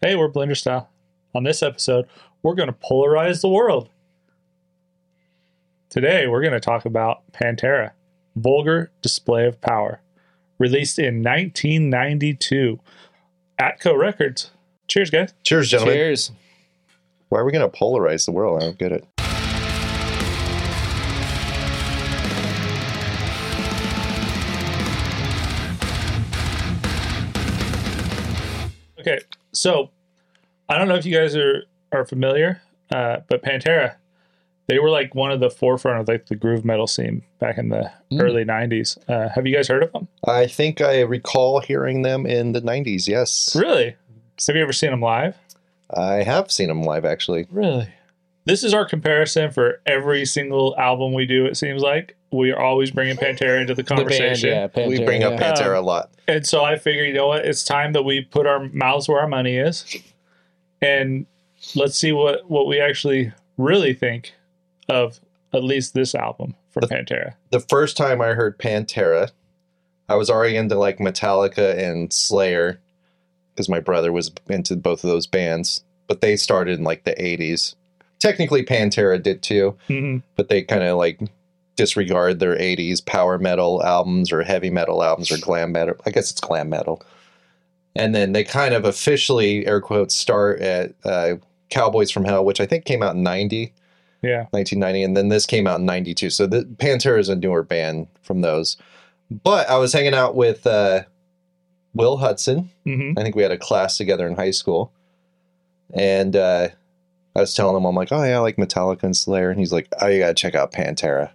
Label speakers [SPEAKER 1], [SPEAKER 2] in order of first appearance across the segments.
[SPEAKER 1] Hey, we're Blender Style. On this episode, we're going to polarize the world. Today, we're going to talk about Pantera, Vulgar Display of Power, released in 1992 Atco Records. Cheers, guys.
[SPEAKER 2] Cheers, gentlemen.
[SPEAKER 3] Cheers.
[SPEAKER 2] Why are we going to polarize the world? I don't get it.
[SPEAKER 1] Okay, so I don't know if you guys are are familiar, uh, but Pantera, they were like one of the forefront of like the groove metal scene back in the
[SPEAKER 3] Mm.
[SPEAKER 1] early '90s. Uh, have you guys heard of them?
[SPEAKER 2] I think I recall hearing them in the 90s, yes.
[SPEAKER 1] Really? Have you ever seen them live?
[SPEAKER 2] I have seen them live, actually.
[SPEAKER 1] Really? This is our comparison for every single album we do. It seems like we are always bringing Pantera into the
[SPEAKER 3] The band,
[SPEAKER 1] conversation.
[SPEAKER 3] yeah. Pantera,
[SPEAKER 2] we bring up
[SPEAKER 3] yeah.
[SPEAKER 2] Pantera a lot.
[SPEAKER 1] And so I figure, you know what? It's time that we put our mouths where our money is, and let's see what what we actually really think of at least this album from
[SPEAKER 2] The-
[SPEAKER 1] Pantera.
[SPEAKER 2] The first time I heard Pantera, I was already into like Metallica and Slayer because my brother was into both of those bands, but they started in like the 80s. Technically, Pantera did too,
[SPEAKER 1] Mhm.
[SPEAKER 2] but they kind of like disregard their 80s power metal albums or heavy metal albums or glam metal. I guess it's glam metal. And then they kind of officially, air quotes, start at uh, Cowboys from Hell, which I think came out in 90,
[SPEAKER 1] Yeah,
[SPEAKER 2] 1990. And then this came out in 92. So the, Pantera is a newer band from those. But I was hanging out with uh, Will Hudson.
[SPEAKER 1] hmm
[SPEAKER 2] I think we had a class together in high school, and uh, I was telling him, I'm like, oh yeah, I like Metallica and Slayer, and he's like, oh, you gotta check out Pantera.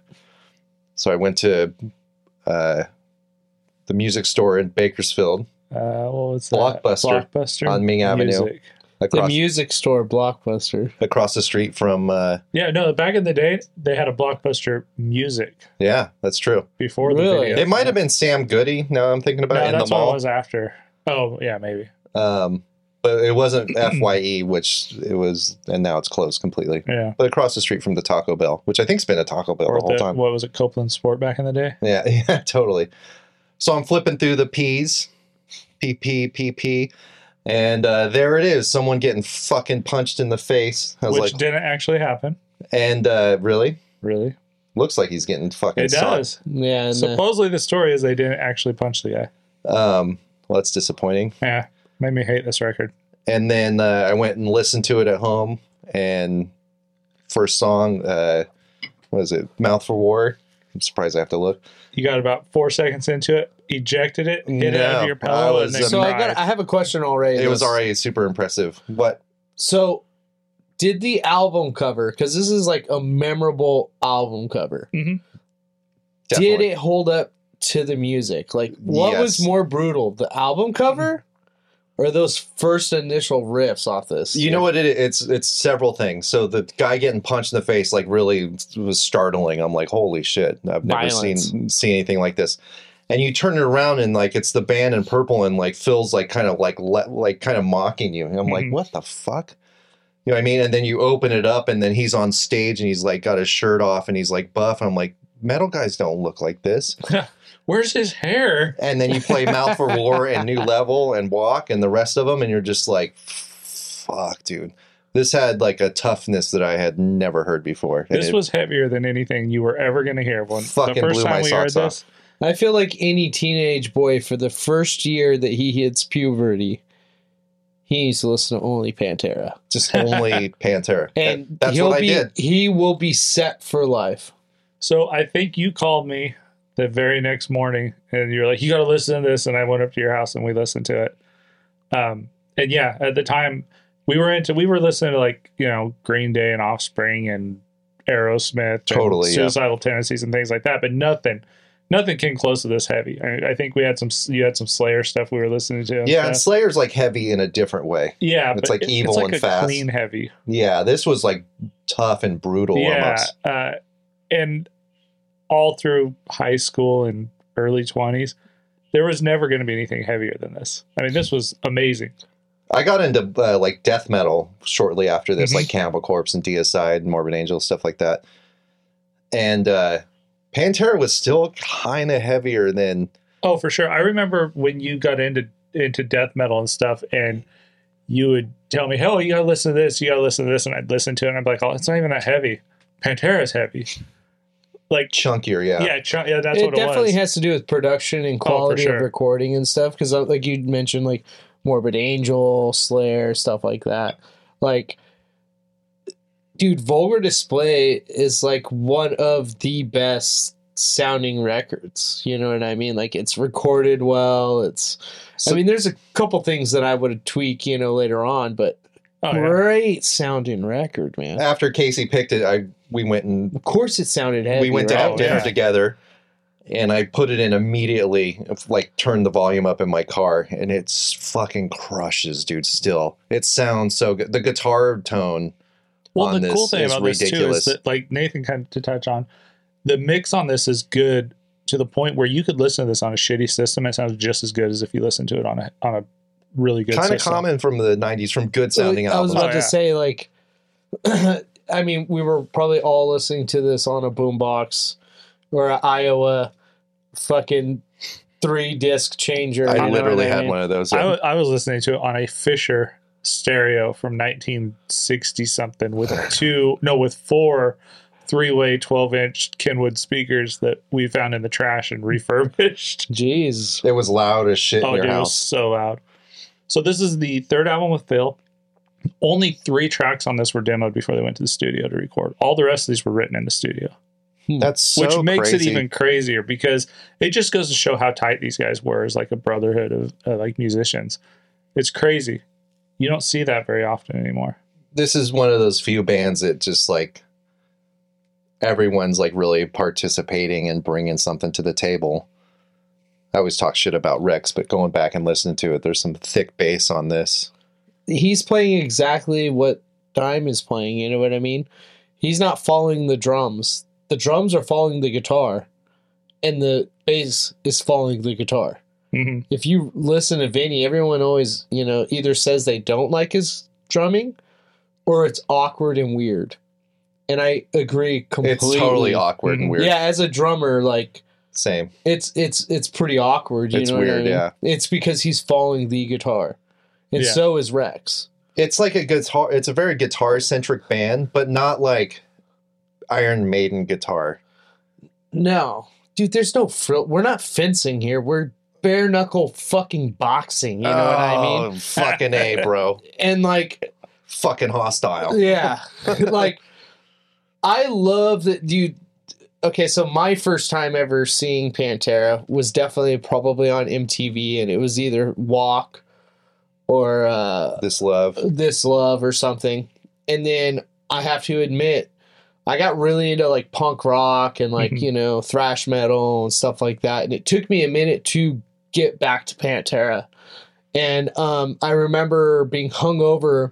[SPEAKER 2] So I went to uh, the music store in Bakersfield
[SPEAKER 1] uh, what was that?
[SPEAKER 2] Blockbuster
[SPEAKER 1] Blockbuster
[SPEAKER 2] on Ming Avenue,
[SPEAKER 1] Music.
[SPEAKER 3] The
[SPEAKER 2] across
[SPEAKER 3] music store blockbuster.
[SPEAKER 2] across the street from. Uh,
[SPEAKER 1] Yeah, no. Back in the day, they had a Blockbuster Music
[SPEAKER 2] yeah, that's true.
[SPEAKER 1] before the
[SPEAKER 3] Really?
[SPEAKER 1] video.
[SPEAKER 2] It might have been Sam Goody. Now I'm thinking
[SPEAKER 1] no,
[SPEAKER 2] about it in the
[SPEAKER 1] that's what it
[SPEAKER 2] mall,
[SPEAKER 1] was after. Oh, yeah, maybe.
[SPEAKER 2] um, but it wasn't Fye, which it was, and now it's closed completely.
[SPEAKER 1] Yeah.
[SPEAKER 2] But across the street from the Taco Bell, which I think's been a Taco Bell
[SPEAKER 1] Or
[SPEAKER 2] the whole
[SPEAKER 1] the-
[SPEAKER 2] time.
[SPEAKER 1] what was it, Copeland Sport back in the day?
[SPEAKER 2] Yeah, yeah, totally. So I'm flipping through the P's, P P P P, and uh, there it is. Someone getting fucking punched in the face. I was
[SPEAKER 1] Which
[SPEAKER 2] like,
[SPEAKER 1] didn't actually happen.
[SPEAKER 2] and uh, really,
[SPEAKER 1] Really?
[SPEAKER 2] looks like he's getting fucking.
[SPEAKER 1] It
[SPEAKER 2] socked.
[SPEAKER 1] does.
[SPEAKER 3] Yeah. And, uh,
[SPEAKER 1] Supposedly, the story is they didn't actually punch the guy.
[SPEAKER 2] Um, well, that's disappointing.
[SPEAKER 1] Yeah, made me hate this record.
[SPEAKER 2] And then uh, I went and listened to it at home, and first song, uh, what is it? Mouth for War. I'm surprised I have to look.
[SPEAKER 1] You got about four seconds into it, ejected it, hit it
[SPEAKER 2] No,
[SPEAKER 1] out of your
[SPEAKER 2] I
[SPEAKER 1] pillow,
[SPEAKER 2] was
[SPEAKER 1] and then
[SPEAKER 3] so I
[SPEAKER 1] cried.
[SPEAKER 3] got. I have a question already.
[SPEAKER 2] It was
[SPEAKER 3] This-
[SPEAKER 2] already super impressive. What?
[SPEAKER 3] So, did the album cover? Because this is like a memorable album cover. Did it hold up to the music? Like, what was
[SPEAKER 2] Yes.
[SPEAKER 3] more brutal, the album cover, or those first initial riffs off this?
[SPEAKER 2] You know what? It, it's it's several things. So the guy getting punched in the face like really was startling. I'm like, holy shit! I've never
[SPEAKER 3] Violence.
[SPEAKER 2] seen seen anything like this. And you turn it around and like it's the band in purple and like Phil's like kind of like le- like kind of mocking you. And I'm like,
[SPEAKER 1] Mhm.
[SPEAKER 2] what the fuck? You know what I mean? And then you open it up and then he's on stage and he's like got his shirt off and he's like buff. And I'm like, metal guys don't look like this.
[SPEAKER 1] Where's his hair?
[SPEAKER 2] And then you play Mouth for War and New Level and Walk and the rest of them, and you're just like, fuck, dude. This had like a toughness that I had never heard before. And
[SPEAKER 1] This
[SPEAKER 2] it-
[SPEAKER 1] was heavier than anything you were ever going to hear. When the
[SPEAKER 2] Fucking
[SPEAKER 1] first
[SPEAKER 2] blew
[SPEAKER 1] time
[SPEAKER 2] my
[SPEAKER 1] we heard
[SPEAKER 2] socks off.
[SPEAKER 1] this,
[SPEAKER 3] I feel like any teenage boy for the first year that he hits puberty, he needs to listen to only Pantera,
[SPEAKER 2] just only Pantera.
[SPEAKER 3] and
[SPEAKER 2] That- that's
[SPEAKER 3] he'll
[SPEAKER 2] what I
[SPEAKER 3] be
[SPEAKER 2] did.
[SPEAKER 3] he will be set for life.
[SPEAKER 1] so I think you called me the very next morning, and you're like, "You got to listen to this." And I went up to your house and we listened to it. Um, and yeah, at the time we were into, we were listening to like you know Green Day and Offspring and Aerosmith, and
[SPEAKER 2] Totally, yeah.
[SPEAKER 1] suicidal tendencies and things like that, but nothing. Nothing came close to this heavy. I, I think we had some. You had some Slayer stuff we were listening to. and
[SPEAKER 2] Yeah, and
[SPEAKER 1] stuff.
[SPEAKER 2] Slayer's like heavy in a different way.
[SPEAKER 1] yeah.
[SPEAKER 2] it's
[SPEAKER 1] but
[SPEAKER 2] like
[SPEAKER 1] it-
[SPEAKER 2] evil
[SPEAKER 1] like
[SPEAKER 2] and
[SPEAKER 1] a
[SPEAKER 2] fast.
[SPEAKER 1] Clean heavy.
[SPEAKER 2] Yeah, this was like tough and brutal almost.
[SPEAKER 1] Uh, and all through high school and early 20s, there was never going to be anything heavier than this. I mean, this was amazing.
[SPEAKER 2] I got into uh, like death metal shortly after this,
[SPEAKER 3] Mm-hmm.
[SPEAKER 1] Mhm.
[SPEAKER 2] like Cannibal Corpse and Deicide and Morbid Angel, stuff like that. And uh, Pantera was still kind of heavier than
[SPEAKER 1] Oh, for sure. I remember when you got into into death metal and stuff and you would tell me, "Hell, you gotta listen to this. You gotta listen to this," and I'd listen to it, and I'd be like, "Oh, it's not even that heavy. Pantera's heavy." Like,
[SPEAKER 2] Chunkier,
[SPEAKER 1] yeah,
[SPEAKER 2] yeah.
[SPEAKER 1] yeah, tr- yeah that's
[SPEAKER 3] it
[SPEAKER 1] what it
[SPEAKER 3] definitely
[SPEAKER 1] was. Oh,
[SPEAKER 3] has to do with production and quality
[SPEAKER 1] sure.
[SPEAKER 3] of recording and stuff. Because like you mentioned, like Morbid Angel, Slayer, stuff like that. Like, dude, Vulgar Display is like one of the best sounding records. You know what I mean? Like, it's recorded well. It's,
[SPEAKER 2] So-
[SPEAKER 3] I mean, there's a couple things that I would tweak, you know, later on, but
[SPEAKER 1] oh, yeah.
[SPEAKER 3] great sounding record, man.
[SPEAKER 2] After Casey picked it, I we went and
[SPEAKER 3] Of course, it sounded heavy.
[SPEAKER 2] we went to
[SPEAKER 1] right?
[SPEAKER 2] have dinner
[SPEAKER 1] Yeah.
[SPEAKER 2] together and I put it in immediately, like turned the volume up in my car, and it's fucking crushes, dude. Still, it sounds so good. The guitar tone,
[SPEAKER 1] Well,
[SPEAKER 2] on
[SPEAKER 1] the
[SPEAKER 2] this
[SPEAKER 1] cool thing
[SPEAKER 2] is
[SPEAKER 1] about this
[SPEAKER 2] ridiculous.
[SPEAKER 1] too is that, like Nathan kind of to touch on, the mix on this is good to the point where you could listen to this on a shitty system. It sounds just as good as if you listen to it on a on a really good.
[SPEAKER 2] kind of
[SPEAKER 1] system.
[SPEAKER 2] common from the '90s, from good sounding
[SPEAKER 3] I was
[SPEAKER 2] albums.
[SPEAKER 1] Oh,
[SPEAKER 3] about to
[SPEAKER 1] yeah.
[SPEAKER 3] say, like, I mean, we were probably all listening to this on a boombox or an Iowa fucking three disc changer. you know
[SPEAKER 2] I
[SPEAKER 3] what
[SPEAKER 2] literally
[SPEAKER 3] I
[SPEAKER 2] had
[SPEAKER 3] mean?
[SPEAKER 2] one of those.
[SPEAKER 1] I, w- I was listening to it on a Fisher stereo from 1960 something with two, no, with four three way 12 inch Kenwood speakers that we found in the trash and refurbished.
[SPEAKER 3] Jeez.
[SPEAKER 2] It was loud as shit in
[SPEAKER 1] Oh,
[SPEAKER 2] your
[SPEAKER 1] dude, it was
[SPEAKER 2] house.
[SPEAKER 1] so loud. So, this is the third album with Phil. Only three tracks on this were demoed before they went to the studio to record. All the rest of these were written in the studio,
[SPEAKER 2] That's so
[SPEAKER 1] which makes
[SPEAKER 2] crazy.
[SPEAKER 1] it even crazier because it just goes to show how tight these guys were as like a brotherhood of uh, like musicians. It's crazy. You don't see that very often anymore.
[SPEAKER 2] This is one of those few bands that just like everyone's like really participating and bringing something to the table. I always talk shit about Rex, but going back and listening to it, there's some thick bass on this.
[SPEAKER 3] He's playing exactly what Dime is playing. You know what I mean? He's not following the drums. The drums are following the guitar, and the bass is following the guitar.
[SPEAKER 1] Mhm.
[SPEAKER 3] if you listen to Vinny, everyone always, you know, either says they don't like his drumming or it's awkward and weird. And I agree completely. Mm-hmm.
[SPEAKER 2] It's totally awkward
[SPEAKER 1] Mhm.
[SPEAKER 2] and weird.
[SPEAKER 3] Yeah, as a drummer, like
[SPEAKER 2] Same.
[SPEAKER 3] it's it's it's pretty awkward. You
[SPEAKER 2] It's
[SPEAKER 3] know what I
[SPEAKER 2] weird,
[SPEAKER 3] mean?
[SPEAKER 2] yeah.
[SPEAKER 3] It's because he's following the guitar, and
[SPEAKER 1] Yeah.
[SPEAKER 3] so is Rex.
[SPEAKER 2] It's like a guitar. It's a very guitar centric band, but not like Iron Maiden guitar.
[SPEAKER 3] No, dude, there's no frill. We're not fencing here. We're bare knuckle fucking boxing. You know what I mean?
[SPEAKER 2] Oh, Fucking a, bro.
[SPEAKER 3] And like
[SPEAKER 2] fucking hostile.
[SPEAKER 3] Yeah. like I love that dude okay, so my first time ever seeing Pantera was definitely probably on MTV and it was either Walk or uh
[SPEAKER 2] This love.
[SPEAKER 3] This Love or something. And then I have to admit I got really into like punk rock and like,
[SPEAKER 1] Mhm.
[SPEAKER 3] you know, thrash metal and stuff like that. And it took me a minute to get back to Pantera. And um, I remember being hungover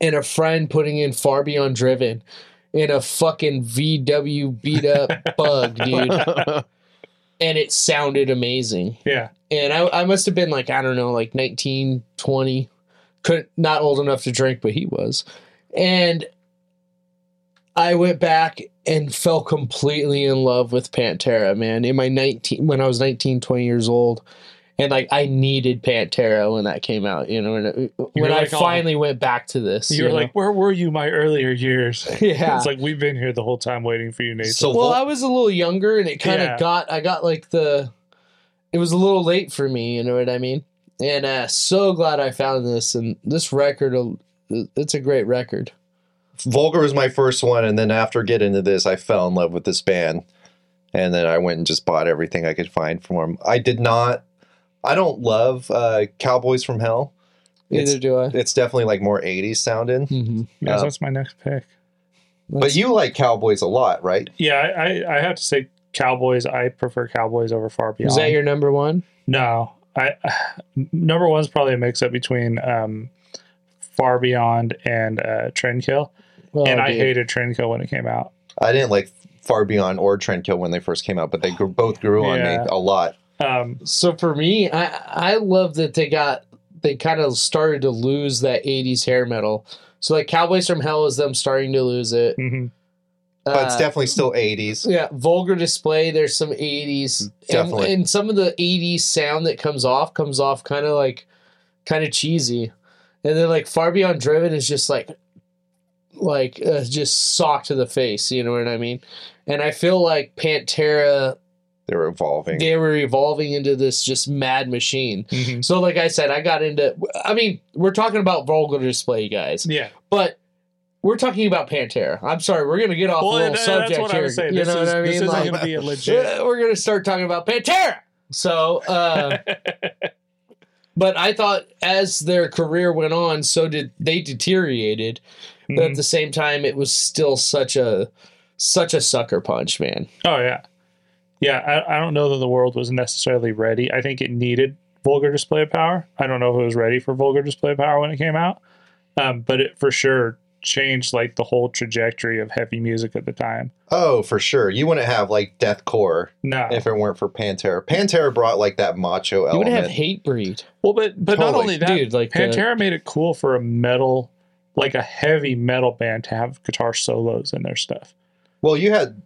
[SPEAKER 3] and a friend putting in Far Beyond Driven in a fucking VW beat up bug, dude. And it sounded amazing.
[SPEAKER 1] Yeah.
[SPEAKER 3] And I, I must have been like, I don't know, like 19, 20. Couldn't, not old enough to drink, but he was. And I went back and fell completely in love with Pantera, man. In my 19, when I was 19, 20 years old. And like, I needed Pantera when that came out, you know, and it- when I
[SPEAKER 1] like, oh.
[SPEAKER 3] finally went back to this.
[SPEAKER 1] You're
[SPEAKER 3] know?
[SPEAKER 1] like, where were you my earlier years?
[SPEAKER 3] yeah.
[SPEAKER 1] It's like we've been here the whole time waiting for you, Nathan.
[SPEAKER 2] So
[SPEAKER 3] well,
[SPEAKER 2] Vol-
[SPEAKER 3] I was a little younger, and it kind of
[SPEAKER 1] Yeah.
[SPEAKER 3] got I got like the it was a little late for me. You know what I mean? And uh, so glad I found this, and this record, uh, it's a great record.
[SPEAKER 2] Vulgar was my first one, and then after getting into this, I fell in love with this band, and then I went and just bought everything I could find from them. I did not. I don't love uh, Cowboys from Hell. It's-
[SPEAKER 3] Neither do I.
[SPEAKER 2] It's definitely like more '80s sounding.
[SPEAKER 3] Mm-hmm.
[SPEAKER 1] Guys,
[SPEAKER 2] uh,
[SPEAKER 1] that's my next pick.
[SPEAKER 2] But you like Cowboys a lot, right?
[SPEAKER 1] Yeah, I, I, I have to say, Cowboys. I prefer Cowboys over Far Beyond.
[SPEAKER 3] Is that your number one?
[SPEAKER 1] No, I number one's probably a mix up between um, Far Beyond and uh, Trendkill,
[SPEAKER 3] Well,
[SPEAKER 1] and I
[SPEAKER 3] Oh, dude.
[SPEAKER 1] hated Trendkill when it came out.
[SPEAKER 2] I didn't like Far Beyond or Trendkill when they first came out, but they grew, both grew on
[SPEAKER 1] Yeah.
[SPEAKER 2] me a lot.
[SPEAKER 1] Um,
[SPEAKER 3] So for me, I I love that they got they kind of started to lose that '80s hair metal. So like Cowboys from Hell is them starting to lose it.
[SPEAKER 1] mhm.
[SPEAKER 2] But it's
[SPEAKER 3] Uh,
[SPEAKER 2] definitely still 80s.
[SPEAKER 3] Yeah, vulgar display. There's some 80s.
[SPEAKER 2] Definitely.
[SPEAKER 3] And, and some of the 80s sound that comes off comes off kind of like kind of cheesy. and then like Far Beyond Driven is just like, like uh, just sock to the face. You know what I mean? And I feel like Pantera
[SPEAKER 2] They're evolving.
[SPEAKER 3] they were evolving into this just mad machine.
[SPEAKER 1] Mhm.
[SPEAKER 3] So like I said, I got into. I mean, we're talking about vulgar display, guys,
[SPEAKER 1] Yeah.
[SPEAKER 3] but. We're talking about Pantera. I'm sorry, we're gonna get off
[SPEAKER 1] Well,
[SPEAKER 3] a little
[SPEAKER 1] and, uh,
[SPEAKER 3] subject
[SPEAKER 1] that's what
[SPEAKER 3] here.
[SPEAKER 1] I was saying.
[SPEAKER 3] you
[SPEAKER 1] This,
[SPEAKER 3] know
[SPEAKER 1] is,
[SPEAKER 3] what I mean?
[SPEAKER 1] this isn't
[SPEAKER 3] Like-
[SPEAKER 1] going to be a legit.
[SPEAKER 3] yeah, we're gonna start talking about Pantera. So, uh, but I thought as their career went on, so did they deteriorated. But at
[SPEAKER 1] Mhm.
[SPEAKER 3] the same time, it was still such a such a sucker punch, man.
[SPEAKER 1] Oh yeah, yeah. I, I don't know that the world was necessarily ready. I think it needed vulgar display of power. I don't know if it was ready for vulgar display of power when it came out, um, but it for sure changed like the whole trajectory of heavy music at the time.
[SPEAKER 2] Oh, for sure. You wouldn't have like deathcore
[SPEAKER 1] No,
[SPEAKER 2] if it weren't for Pantera. Pantera brought like that macho
[SPEAKER 3] You would
[SPEAKER 2] element.
[SPEAKER 3] have hate breed,
[SPEAKER 1] well, but but not
[SPEAKER 2] Totally.
[SPEAKER 1] only Oh, that,
[SPEAKER 3] dude. Like uh, the-
[SPEAKER 1] Pantera made it cool for a metal, like a heavy metal band, to have guitar solos in their stuff.
[SPEAKER 2] well, you had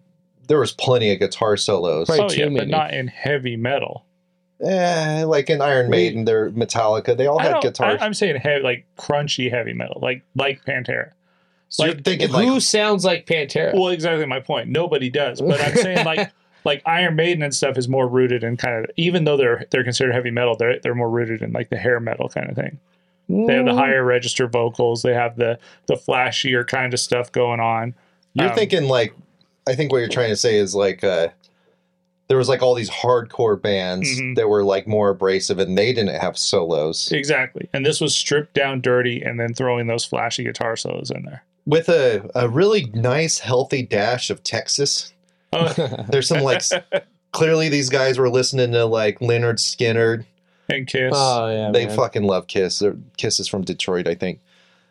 [SPEAKER 2] there was plenty of guitar solos.
[SPEAKER 3] Right.
[SPEAKER 1] oh
[SPEAKER 3] too
[SPEAKER 1] yeah, but
[SPEAKER 3] many.
[SPEAKER 1] not in heavy metal.
[SPEAKER 2] Eh, like in Iron Maiden, their Metallica, they all
[SPEAKER 1] I
[SPEAKER 2] had
[SPEAKER 1] don't-
[SPEAKER 2] guitars.
[SPEAKER 1] I, am saying heavy, like crunchy heavy metal, like like Pantera.
[SPEAKER 2] So you're
[SPEAKER 1] like,
[SPEAKER 2] thinking like
[SPEAKER 3] who sounds like Pantera?
[SPEAKER 1] Well, exactly my point. Nobody does, but I'm saying like like Iron Maiden and stuff is more rooted in kind of even though they're they're considered heavy metal, they're they're more rooted in like the hair metal kind of thing. They have the
[SPEAKER 3] Mm.
[SPEAKER 1] higher register vocals, they have the the flashier kind of stuff going on.
[SPEAKER 2] You're
[SPEAKER 1] Um,
[SPEAKER 2] thinking like I think what you're trying to say is like uh there was like all these hardcore bands
[SPEAKER 1] Mhm.
[SPEAKER 2] that were like more abrasive and they didn't have solos.
[SPEAKER 1] exactly, and this was stripped down, dirty, and then throwing those flashy guitar solos in there.
[SPEAKER 2] With a, a really nice healthy dash of Texas.
[SPEAKER 1] Oh,
[SPEAKER 2] There's some like s- clearly these guys were listening to like Leonard Skinner.
[SPEAKER 1] and Kiss.
[SPEAKER 3] oh yeah,
[SPEAKER 2] They
[SPEAKER 3] man.
[SPEAKER 2] fucking love Kiss. They're, Kiss is from Detroit, I think.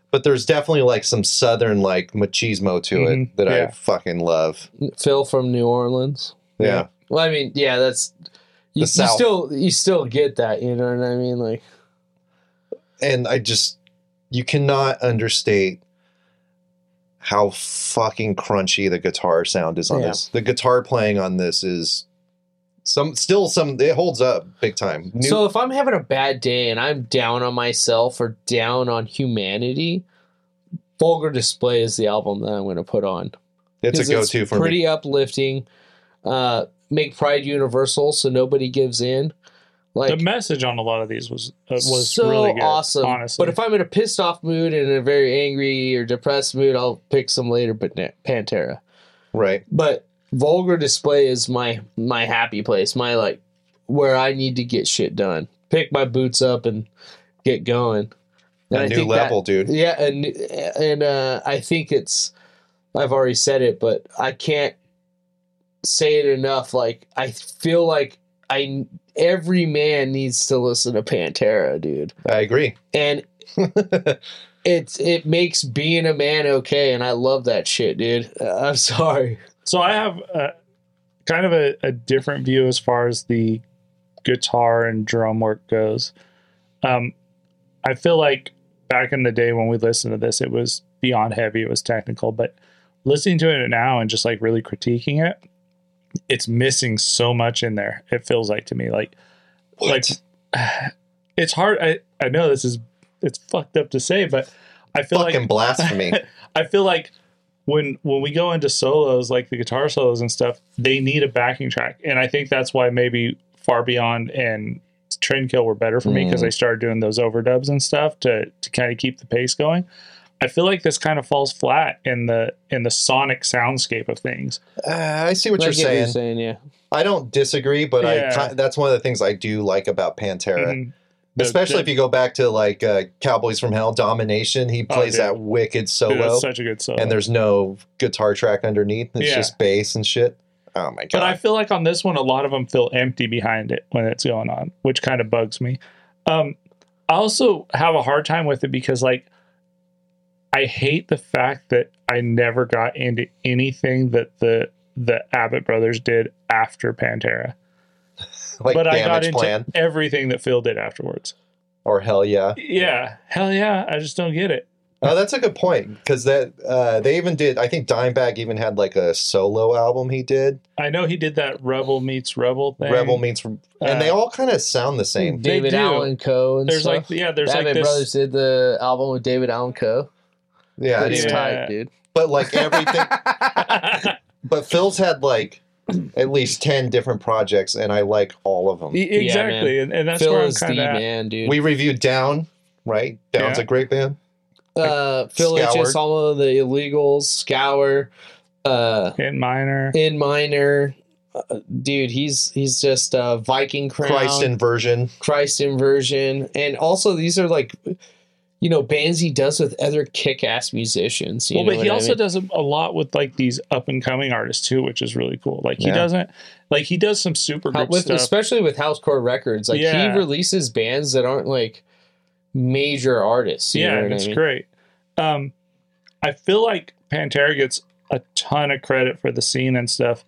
[SPEAKER 2] But there's definitely like some southern like machismo to
[SPEAKER 1] Mhm.
[SPEAKER 3] Mm-hmm.
[SPEAKER 2] it that I
[SPEAKER 1] Yeah.
[SPEAKER 2] fucking love.
[SPEAKER 3] Phil from New Orleans.
[SPEAKER 2] Yeah.
[SPEAKER 1] Yeah.
[SPEAKER 3] Well, I mean, yeah, that's you, you
[SPEAKER 2] South.
[SPEAKER 3] still you still get that. You know what I mean? Like
[SPEAKER 2] and I just you cannot understate how fucking crunchy the guitar sound is on
[SPEAKER 3] Yeah.
[SPEAKER 2] this. The guitar playing on this is some still some it holds up big time. New-
[SPEAKER 3] so if I'm having a bad day and I'm down on myself or down on humanity, Vulgar Display is the album that I'm going to put on.
[SPEAKER 2] it's a
[SPEAKER 3] 'Cause
[SPEAKER 2] go-to for
[SPEAKER 3] pretty
[SPEAKER 2] me.
[SPEAKER 3] uplifting. Uh, make pride universal so nobody gives in. Like
[SPEAKER 1] the message on a lot of these was uh, was
[SPEAKER 3] so
[SPEAKER 1] really good,
[SPEAKER 3] awesome.
[SPEAKER 1] Honestly,
[SPEAKER 3] But if I'm in a pissed off mood and in a very angry or depressed mood, I'll pick some later. But na- Pantera.
[SPEAKER 2] Right.
[SPEAKER 3] But vulgar display is my my happy place. My like where I need to get shit done. Pick my boots up and get going.
[SPEAKER 2] A new
[SPEAKER 3] that-
[SPEAKER 2] level, dude.
[SPEAKER 3] yeah, and and uh, I think it's I've already said it, but I can't say it enough. Like I feel like I every man needs to listen to Pantera, dude,
[SPEAKER 2] I agree.
[SPEAKER 3] and it's it makes being a man okay, and I love that shit, dude. Uh, I'm sorry.
[SPEAKER 1] So I have a, kind of a, a different view as far as the guitar and drum work goes. Um, I feel like back in the day when we listened to this, it was beyond heavy, it was technical, but listening to it now and just like really critiquing it, it's missing so much in there. It feels like to me, like
[SPEAKER 2] What?
[SPEAKER 1] it's hard. I, I know this is, it's fucked up to say, but I feel like
[SPEAKER 2] fucking blasphemy. Uh,
[SPEAKER 1] I feel like when when we go into solos, like the guitar solos and stuff, they need a backing track, and I think that's why maybe Far Beyond and Trendkill were better for me because
[SPEAKER 2] Mm.
[SPEAKER 1] I started doing those overdubs and stuff to to kind of keep the pace going. I feel like this kind of falls flat in the in the sonic soundscape of things.
[SPEAKER 2] Uh, I see what
[SPEAKER 3] I
[SPEAKER 2] you're
[SPEAKER 3] get what
[SPEAKER 2] saying.
[SPEAKER 3] yeah.
[SPEAKER 2] I don't disagree, but I
[SPEAKER 1] Yeah.
[SPEAKER 2] ki- that's one of the things I do like about Pantera.
[SPEAKER 1] Mhm. The-
[SPEAKER 2] Especially
[SPEAKER 1] the-
[SPEAKER 2] if you go back to like uh, Cowboys from Hell, Domination. He
[SPEAKER 1] Oh,
[SPEAKER 2] plays
[SPEAKER 1] dude.
[SPEAKER 2] that wicked solo.
[SPEAKER 1] dude, that's such a good solo.
[SPEAKER 2] and there's no guitar track underneath. It's
[SPEAKER 1] Yeah.
[SPEAKER 2] just bass and shit. Oh my
[SPEAKER 1] But I
[SPEAKER 2] god!
[SPEAKER 1] feel like on this one, a lot of them feel empty behind it when it's going on, which kind of bugs me. Um, I also have a hard time with it because, like, I hate the fact that I never got into anything that the the Abbott brothers did after Pantera,
[SPEAKER 2] like
[SPEAKER 1] but I
[SPEAKER 2] Damage
[SPEAKER 1] got into
[SPEAKER 2] Plan
[SPEAKER 1] everything that Phil did afterwards.
[SPEAKER 2] or Hell Yeah.
[SPEAKER 1] Yeah, hell yeah, I just don't get it.
[SPEAKER 2] Oh, that's a good point because that uh, they even did. I think Dimebag even had like a solo album he did.
[SPEAKER 1] I know he did that Rebel meets Rebel thing.
[SPEAKER 2] Rebel meets, and
[SPEAKER 1] Uh,
[SPEAKER 2] they all kind of sound the same.
[SPEAKER 1] They
[SPEAKER 3] David
[SPEAKER 1] do.
[SPEAKER 3] Allen Co. And
[SPEAKER 1] There's
[SPEAKER 3] stuff.
[SPEAKER 1] like yeah, there's
[SPEAKER 3] Batman
[SPEAKER 1] like this.
[SPEAKER 3] Brothers did the album with David Allen Co.
[SPEAKER 2] Yeah, I
[SPEAKER 3] It's
[SPEAKER 2] didn't-
[SPEAKER 1] Yeah.
[SPEAKER 3] tight, dude.
[SPEAKER 2] but like everything. but Phil's had like at least ten different projects, and I like all of them.
[SPEAKER 1] E- exactly, and, and that's
[SPEAKER 3] Phil
[SPEAKER 1] where I'm
[SPEAKER 3] is the
[SPEAKER 1] kind of.
[SPEAKER 3] man, dude.
[SPEAKER 2] We reviewed Down, right? Down's
[SPEAKER 1] Yeah.
[SPEAKER 2] a great band.
[SPEAKER 3] uh, Phil
[SPEAKER 2] Scour.
[SPEAKER 3] H.S. All of the illegals, Scour, uh,
[SPEAKER 1] In minor,
[SPEAKER 3] in minor. Uh, dude, he's he's just uh, Viking crown,
[SPEAKER 2] Christ Inversion.
[SPEAKER 3] Christ inversion, and also these are like, you know, bands he does with other kick-ass musicians. You
[SPEAKER 1] well,
[SPEAKER 3] know
[SPEAKER 1] but he
[SPEAKER 3] what I
[SPEAKER 1] also
[SPEAKER 3] mean?
[SPEAKER 1] does a, a lot with like these up and coming artists too, which is really cool. Like he
[SPEAKER 2] Yeah.
[SPEAKER 1] doesn't, like he does some super
[SPEAKER 3] How-
[SPEAKER 1] group
[SPEAKER 3] with,
[SPEAKER 1] stuff.
[SPEAKER 3] especially with Housecore Records. Like
[SPEAKER 1] Yeah.
[SPEAKER 3] he releases bands that aren't like major artists. you
[SPEAKER 1] yeah,
[SPEAKER 3] know
[SPEAKER 1] and
[SPEAKER 3] what I
[SPEAKER 1] it's
[SPEAKER 3] mean?
[SPEAKER 1] great. Um, I feel like Pantera gets a ton of credit for the scene and stuff,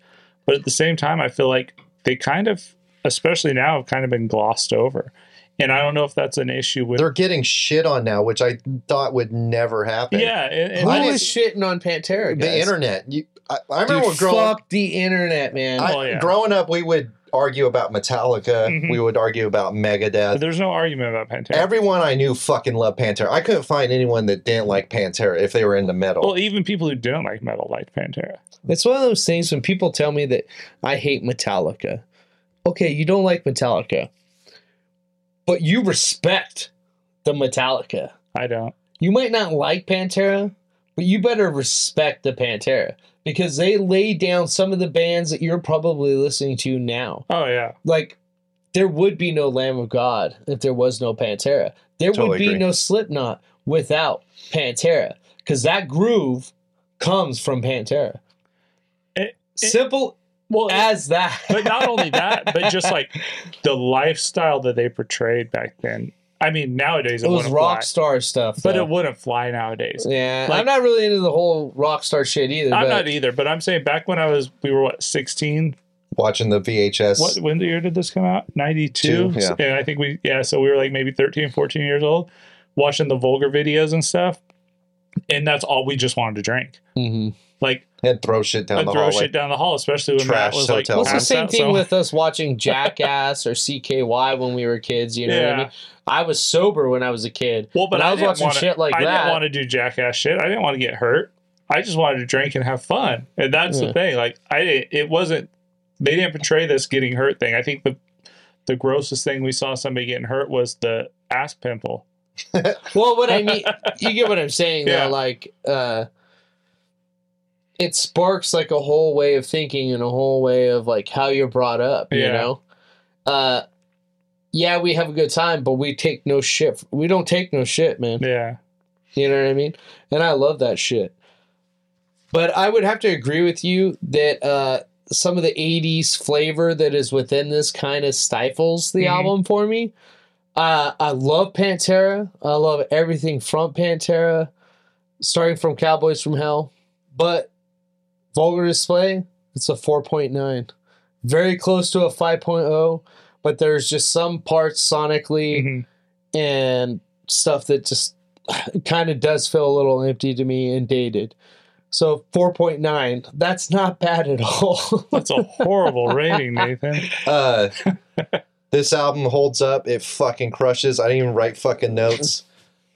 [SPEAKER 1] but at the same time, I feel like they kind of, especially now, have kind of been glossed over. And I don't know if that's an issue with.
[SPEAKER 2] They're getting shit on now, which I thought would never happen.
[SPEAKER 1] yeah, and, and
[SPEAKER 3] Who
[SPEAKER 2] I
[SPEAKER 1] that's-
[SPEAKER 3] is shitting on Pantera?
[SPEAKER 2] the
[SPEAKER 3] guys?
[SPEAKER 2] internet. You, I, I
[SPEAKER 3] Dude,
[SPEAKER 2] remember when growing up.
[SPEAKER 3] fuck the internet, man.
[SPEAKER 2] I,
[SPEAKER 1] Oh, yeah.
[SPEAKER 2] Growing up, we would argue about Metallica.
[SPEAKER 1] Mhm.
[SPEAKER 2] We would argue about Megadeth.
[SPEAKER 1] there's no argument about Pantera.
[SPEAKER 2] Everyone I knew fucking loved Pantera. I couldn't find anyone that didn't like Pantera if they were into metal.
[SPEAKER 1] well, even people who don't like metal like Pantera.
[SPEAKER 3] It's one of those things when people tell me that I hate Metallica. Okay, you don't like Metallica, but you respect the Metallica.
[SPEAKER 1] I don't.
[SPEAKER 3] You might not like Pantera, but you better respect the Pantera because they lay down some of the bands that you're probably listening to now.
[SPEAKER 1] Oh yeah,
[SPEAKER 3] Like, there would be no Lamb of God if there was no Pantera. There would
[SPEAKER 2] Totally
[SPEAKER 3] be
[SPEAKER 2] agree.
[SPEAKER 3] no Slipknot without Pantera because that groove comes from Pantera.
[SPEAKER 1] It-
[SPEAKER 3] Simple
[SPEAKER 1] well,
[SPEAKER 3] as that.
[SPEAKER 1] but not only that, but just like the lifestyle that they portrayed back then. I mean, nowadays
[SPEAKER 3] it
[SPEAKER 1] it,
[SPEAKER 3] was
[SPEAKER 1] wouldn't
[SPEAKER 3] rock
[SPEAKER 1] fly,
[SPEAKER 3] star stuff.
[SPEAKER 1] but
[SPEAKER 3] though.
[SPEAKER 1] it wouldn't fly nowadays.
[SPEAKER 3] yeah,
[SPEAKER 1] like-
[SPEAKER 3] I'm not really into the whole rock star shit either.
[SPEAKER 1] I'm
[SPEAKER 3] but
[SPEAKER 1] not either, but I'm saying back when I was, we were what 16.
[SPEAKER 2] Watching the VHS.
[SPEAKER 1] What when the year did this come out? 92.
[SPEAKER 2] Two, yeah.
[SPEAKER 1] And I think we yeah, so we were like maybe 13, 14 years old, watching the vulgar videos and stuff, and that's all we just wanted to drink.
[SPEAKER 3] Mhm.
[SPEAKER 1] Like
[SPEAKER 2] and throw shit down
[SPEAKER 1] I'd
[SPEAKER 2] the
[SPEAKER 1] throw
[SPEAKER 2] hallway.
[SPEAKER 1] shit down the hall, especially when
[SPEAKER 2] Trash
[SPEAKER 1] Matt was like,
[SPEAKER 2] hotel.
[SPEAKER 3] Well, it's the
[SPEAKER 1] passed
[SPEAKER 3] same
[SPEAKER 1] out,
[SPEAKER 3] thing
[SPEAKER 1] so-
[SPEAKER 3] with us watching Jackass or CKY when we were kids. You know what I mean? I was sober when I was a kid.
[SPEAKER 1] Well, but
[SPEAKER 3] and
[SPEAKER 1] I,
[SPEAKER 3] I was
[SPEAKER 1] didn't
[SPEAKER 3] watching
[SPEAKER 1] wanna,
[SPEAKER 3] shit like
[SPEAKER 1] I
[SPEAKER 3] that.
[SPEAKER 1] didn't want to do jackass shit. I didn't want to get hurt. I just wanted to drink and have fun, and that's
[SPEAKER 3] Yeah.
[SPEAKER 1] the thing. Like I, didn't, it wasn't. They didn't portray this getting hurt thing. I think the the grossest thing we saw somebody getting hurt was the ass pimple.
[SPEAKER 3] Well, what I mean, you get what I'm saying.
[SPEAKER 1] Yeah.
[SPEAKER 3] Though, like, uh, it sparks like a whole way of thinking and a whole way of like how you're brought up. You
[SPEAKER 1] Yeah.
[SPEAKER 3] know, uh, yeah, we have a good time, but we take no shit. We don't take no shit, man.
[SPEAKER 1] Yeah,
[SPEAKER 3] You know what I mean? And I love that shit. But I would have to agree with you that uh, some of the 80s flavor that is within this kind of stifles the
[SPEAKER 1] Mhm.
[SPEAKER 3] album for me. Uh, I love Pantera. I love everything from Pantera, starting from Cowboys from Hell. But Vulgar Display, it's a 4.9. Very close to a 5.0, but there's just some parts sonically
[SPEAKER 1] Mhm.
[SPEAKER 3] and stuff that just kind of does feel a little empty to me and dated. So 4.9, that's not bad at all.
[SPEAKER 1] that's a horrible rating, Nathan.
[SPEAKER 2] Uh, this album holds up. It fucking crushes. I didn't even write fucking notes.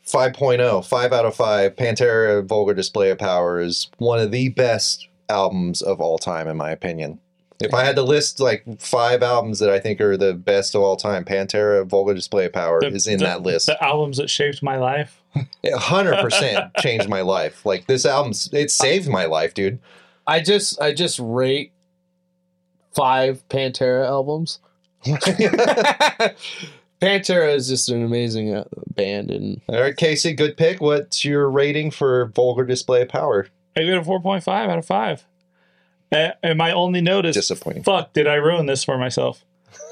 [SPEAKER 2] 5.0, 5 out of 5. Pantera Vulgar Display of Power is one of the best albums of all time, in my opinion. If I had to list like five albums that I think are the best of all time, Pantera Vulgar Display of Power
[SPEAKER 1] The-
[SPEAKER 2] is in
[SPEAKER 1] the-
[SPEAKER 2] that list.
[SPEAKER 1] The albums that shaped my life.
[SPEAKER 2] It 100% changed my life. Like this album, it saved my life, dude.
[SPEAKER 3] I just I just rate five Pantera albums. Pantera is just an amazing uh, band and
[SPEAKER 2] All right, Casey, good pick. What's your rating for Vulgar Display of Power?
[SPEAKER 1] I give it a four point five out of five. A- And my only note is,
[SPEAKER 2] Disappointing.
[SPEAKER 1] fuck, did I ruin this for myself?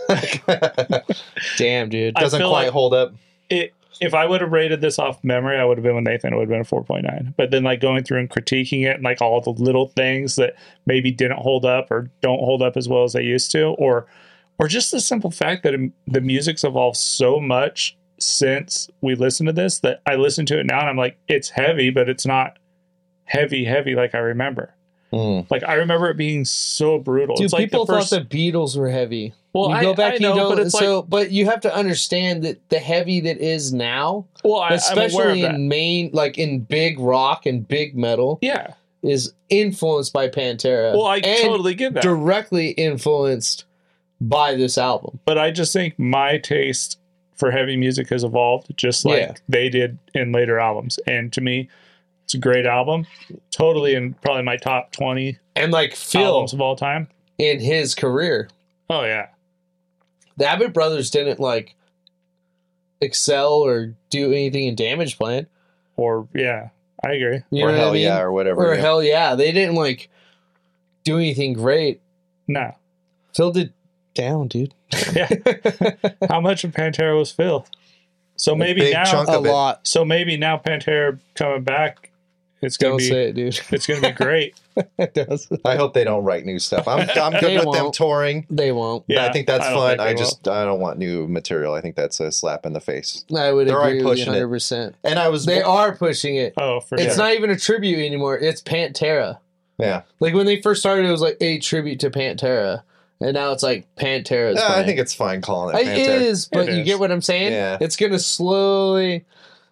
[SPEAKER 2] Doesn't
[SPEAKER 3] damn dude.
[SPEAKER 1] I
[SPEAKER 2] quite
[SPEAKER 1] feel like-
[SPEAKER 2] hold up.
[SPEAKER 1] it if I would have rated this off memory, I would have been with Nathan. It would have been a four point nine. But then like going through and critiquing it and like all the little things that maybe didn't hold up or don't hold up as well um, as they used to, or or just the simple fact that it- the music's evolved so much since we listened to this that I listened to it now and I'm like, it's heavy, but it's not heavy, heavy like I remember.
[SPEAKER 3] Hmm.
[SPEAKER 2] Mm.
[SPEAKER 1] Like I remember it being so brutal.
[SPEAKER 3] Dude,
[SPEAKER 1] it's like
[SPEAKER 3] people
[SPEAKER 1] the first.
[SPEAKER 3] thought the Beatles were heavy.
[SPEAKER 1] well,
[SPEAKER 3] you
[SPEAKER 1] I,
[SPEAKER 3] go back,
[SPEAKER 1] I know,
[SPEAKER 3] you don't.
[SPEAKER 1] but it's
[SPEAKER 3] so, but you have to understand that the heavy that is now,
[SPEAKER 1] like, well, I, I'm aware of
[SPEAKER 3] especially
[SPEAKER 1] that.
[SPEAKER 3] in main, like in big rock and big metal,
[SPEAKER 1] Yeah.
[SPEAKER 3] is influenced by Pantera.
[SPEAKER 1] Well, I
[SPEAKER 3] and
[SPEAKER 1] totally get that.
[SPEAKER 3] directly influenced by this album.
[SPEAKER 1] but I just think my taste for heavy music has evolved just like
[SPEAKER 3] Yeah.
[SPEAKER 1] they did in later albums. And to me, it's a great album. Totally in probably my top 20
[SPEAKER 3] And like Phil
[SPEAKER 1] albums of all time.
[SPEAKER 3] in his career,
[SPEAKER 1] Oh, yeah.
[SPEAKER 3] the Abbott brothers didn't like excel or do anything in Damage Plan.
[SPEAKER 1] Or, yeah, I agree.
[SPEAKER 3] You
[SPEAKER 2] or
[SPEAKER 3] know
[SPEAKER 2] hell
[SPEAKER 3] what I mean?
[SPEAKER 2] yeah, or whatever.
[SPEAKER 3] or
[SPEAKER 2] yeah.
[SPEAKER 3] hell yeah, they didn't like do anything great.
[SPEAKER 1] No.
[SPEAKER 3] Phil did down, dude.
[SPEAKER 1] Yeah. How much of Pantera was Phil? So maybe
[SPEAKER 2] big
[SPEAKER 1] now,
[SPEAKER 2] chunk.
[SPEAKER 3] a
[SPEAKER 2] of it.
[SPEAKER 3] lot.
[SPEAKER 1] so maybe now Pantera coming back, it's gonna
[SPEAKER 3] Don't
[SPEAKER 1] be
[SPEAKER 3] say it, dude.
[SPEAKER 1] it's gonna be great.
[SPEAKER 2] I hope they don't write new stuff. I'm I'm
[SPEAKER 3] They
[SPEAKER 2] good with them
[SPEAKER 3] won't.
[SPEAKER 2] touring.
[SPEAKER 3] they won't.
[SPEAKER 1] Yeah,
[SPEAKER 2] I think that's
[SPEAKER 1] don't
[SPEAKER 2] fun.
[SPEAKER 1] think
[SPEAKER 2] I
[SPEAKER 1] they
[SPEAKER 2] just I don't want new material. I think that's a slap in the face.
[SPEAKER 3] I would
[SPEAKER 2] They're already
[SPEAKER 3] agree with you
[SPEAKER 2] pushing it.
[SPEAKER 3] 100. percent
[SPEAKER 2] And I was
[SPEAKER 3] They are pushing it.
[SPEAKER 1] will. Oh, for
[SPEAKER 3] It's
[SPEAKER 1] sure.
[SPEAKER 3] not even a tribute anymore. It's Pantera.
[SPEAKER 2] yeah.
[SPEAKER 3] Like when they first started, it was like a tribute to Pantera, and now it's like Pantera's.
[SPEAKER 2] Yeah, I
[SPEAKER 3] playing.
[SPEAKER 2] think it's fine calling it
[SPEAKER 3] It
[SPEAKER 2] Pantera.
[SPEAKER 3] is, but
[SPEAKER 1] It
[SPEAKER 3] you
[SPEAKER 1] is.
[SPEAKER 3] get what I'm saying.
[SPEAKER 2] Yeah.
[SPEAKER 3] It's gonna slowly.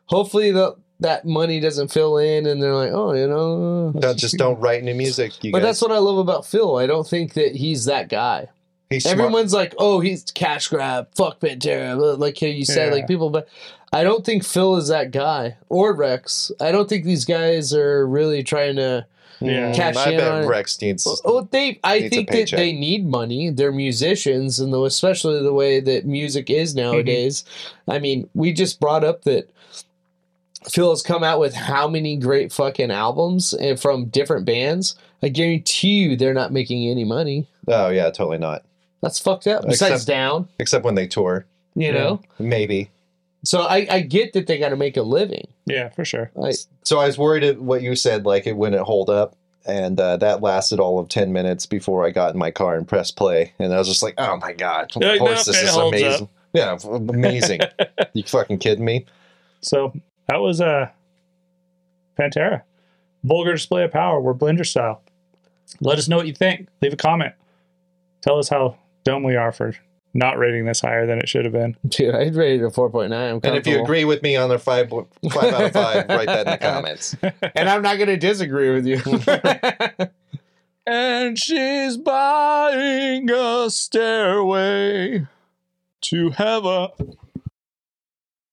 [SPEAKER 3] Hopefully, the that money doesn't fill in, and they're like, oh, you know.
[SPEAKER 2] Don't, just don't write new music. You
[SPEAKER 3] But
[SPEAKER 2] guys.
[SPEAKER 3] that's what I love about Phil. I don't think that he's that guy.
[SPEAKER 2] He's smart.
[SPEAKER 3] Everyone's like, "Oh, he's cash grab, fuck Pantera," blah, like how you said,
[SPEAKER 1] Yeah.
[SPEAKER 3] like people. But I don't think Phil is that guy or Rex. I don't think these guys are really trying to.
[SPEAKER 1] Yeah.
[SPEAKER 3] Cash
[SPEAKER 2] I
[SPEAKER 3] in on
[SPEAKER 2] bet
[SPEAKER 3] it.
[SPEAKER 2] Rex needs.
[SPEAKER 3] Well, they. I
[SPEAKER 2] Needs a
[SPEAKER 3] think that
[SPEAKER 2] paycheck.
[SPEAKER 3] they need money. They're musicians, and though especially the way that music is
[SPEAKER 2] Mm-hmm.
[SPEAKER 3] nowadays. I mean, we just brought up that Phil has come out with how many great fucking albums and from different bands. I guarantee you, they're not making any money.
[SPEAKER 2] Oh yeah, totally not.
[SPEAKER 3] That's fucked up. Besides
[SPEAKER 2] Except-
[SPEAKER 3] down,
[SPEAKER 2] Except when they tour,
[SPEAKER 3] you
[SPEAKER 1] Yeah.
[SPEAKER 3] know.
[SPEAKER 2] maybe.
[SPEAKER 3] So I, I get that they got to make a living.
[SPEAKER 1] yeah, for sure.
[SPEAKER 3] I,
[SPEAKER 2] So I was worried at what you said, like it wouldn't hold up, and uh, that lasted all of ten minutes before I got in my car and pressed play, and I was just like, "Oh my god, of
[SPEAKER 1] Yeah,
[SPEAKER 2] course
[SPEAKER 1] no,
[SPEAKER 2] this
[SPEAKER 1] it
[SPEAKER 2] is
[SPEAKER 1] holds
[SPEAKER 2] amazing." Yeah, f- amazing. you fucking kidding me?
[SPEAKER 1] So that was uh Pantera. Vulgar display of power. We're blender style. Let us know what you think. Leave a comment. Tell us how dumb we are for not rating this higher than it should have been.
[SPEAKER 3] dude, I'd rate it a four point nine. I'm
[SPEAKER 2] And
[SPEAKER 3] comfortable.
[SPEAKER 2] if you agree with me on the five bo- five out of five, write that in the comments.
[SPEAKER 3] and I'm not going to disagree with you.
[SPEAKER 1] And she's buying a stairway to heaven.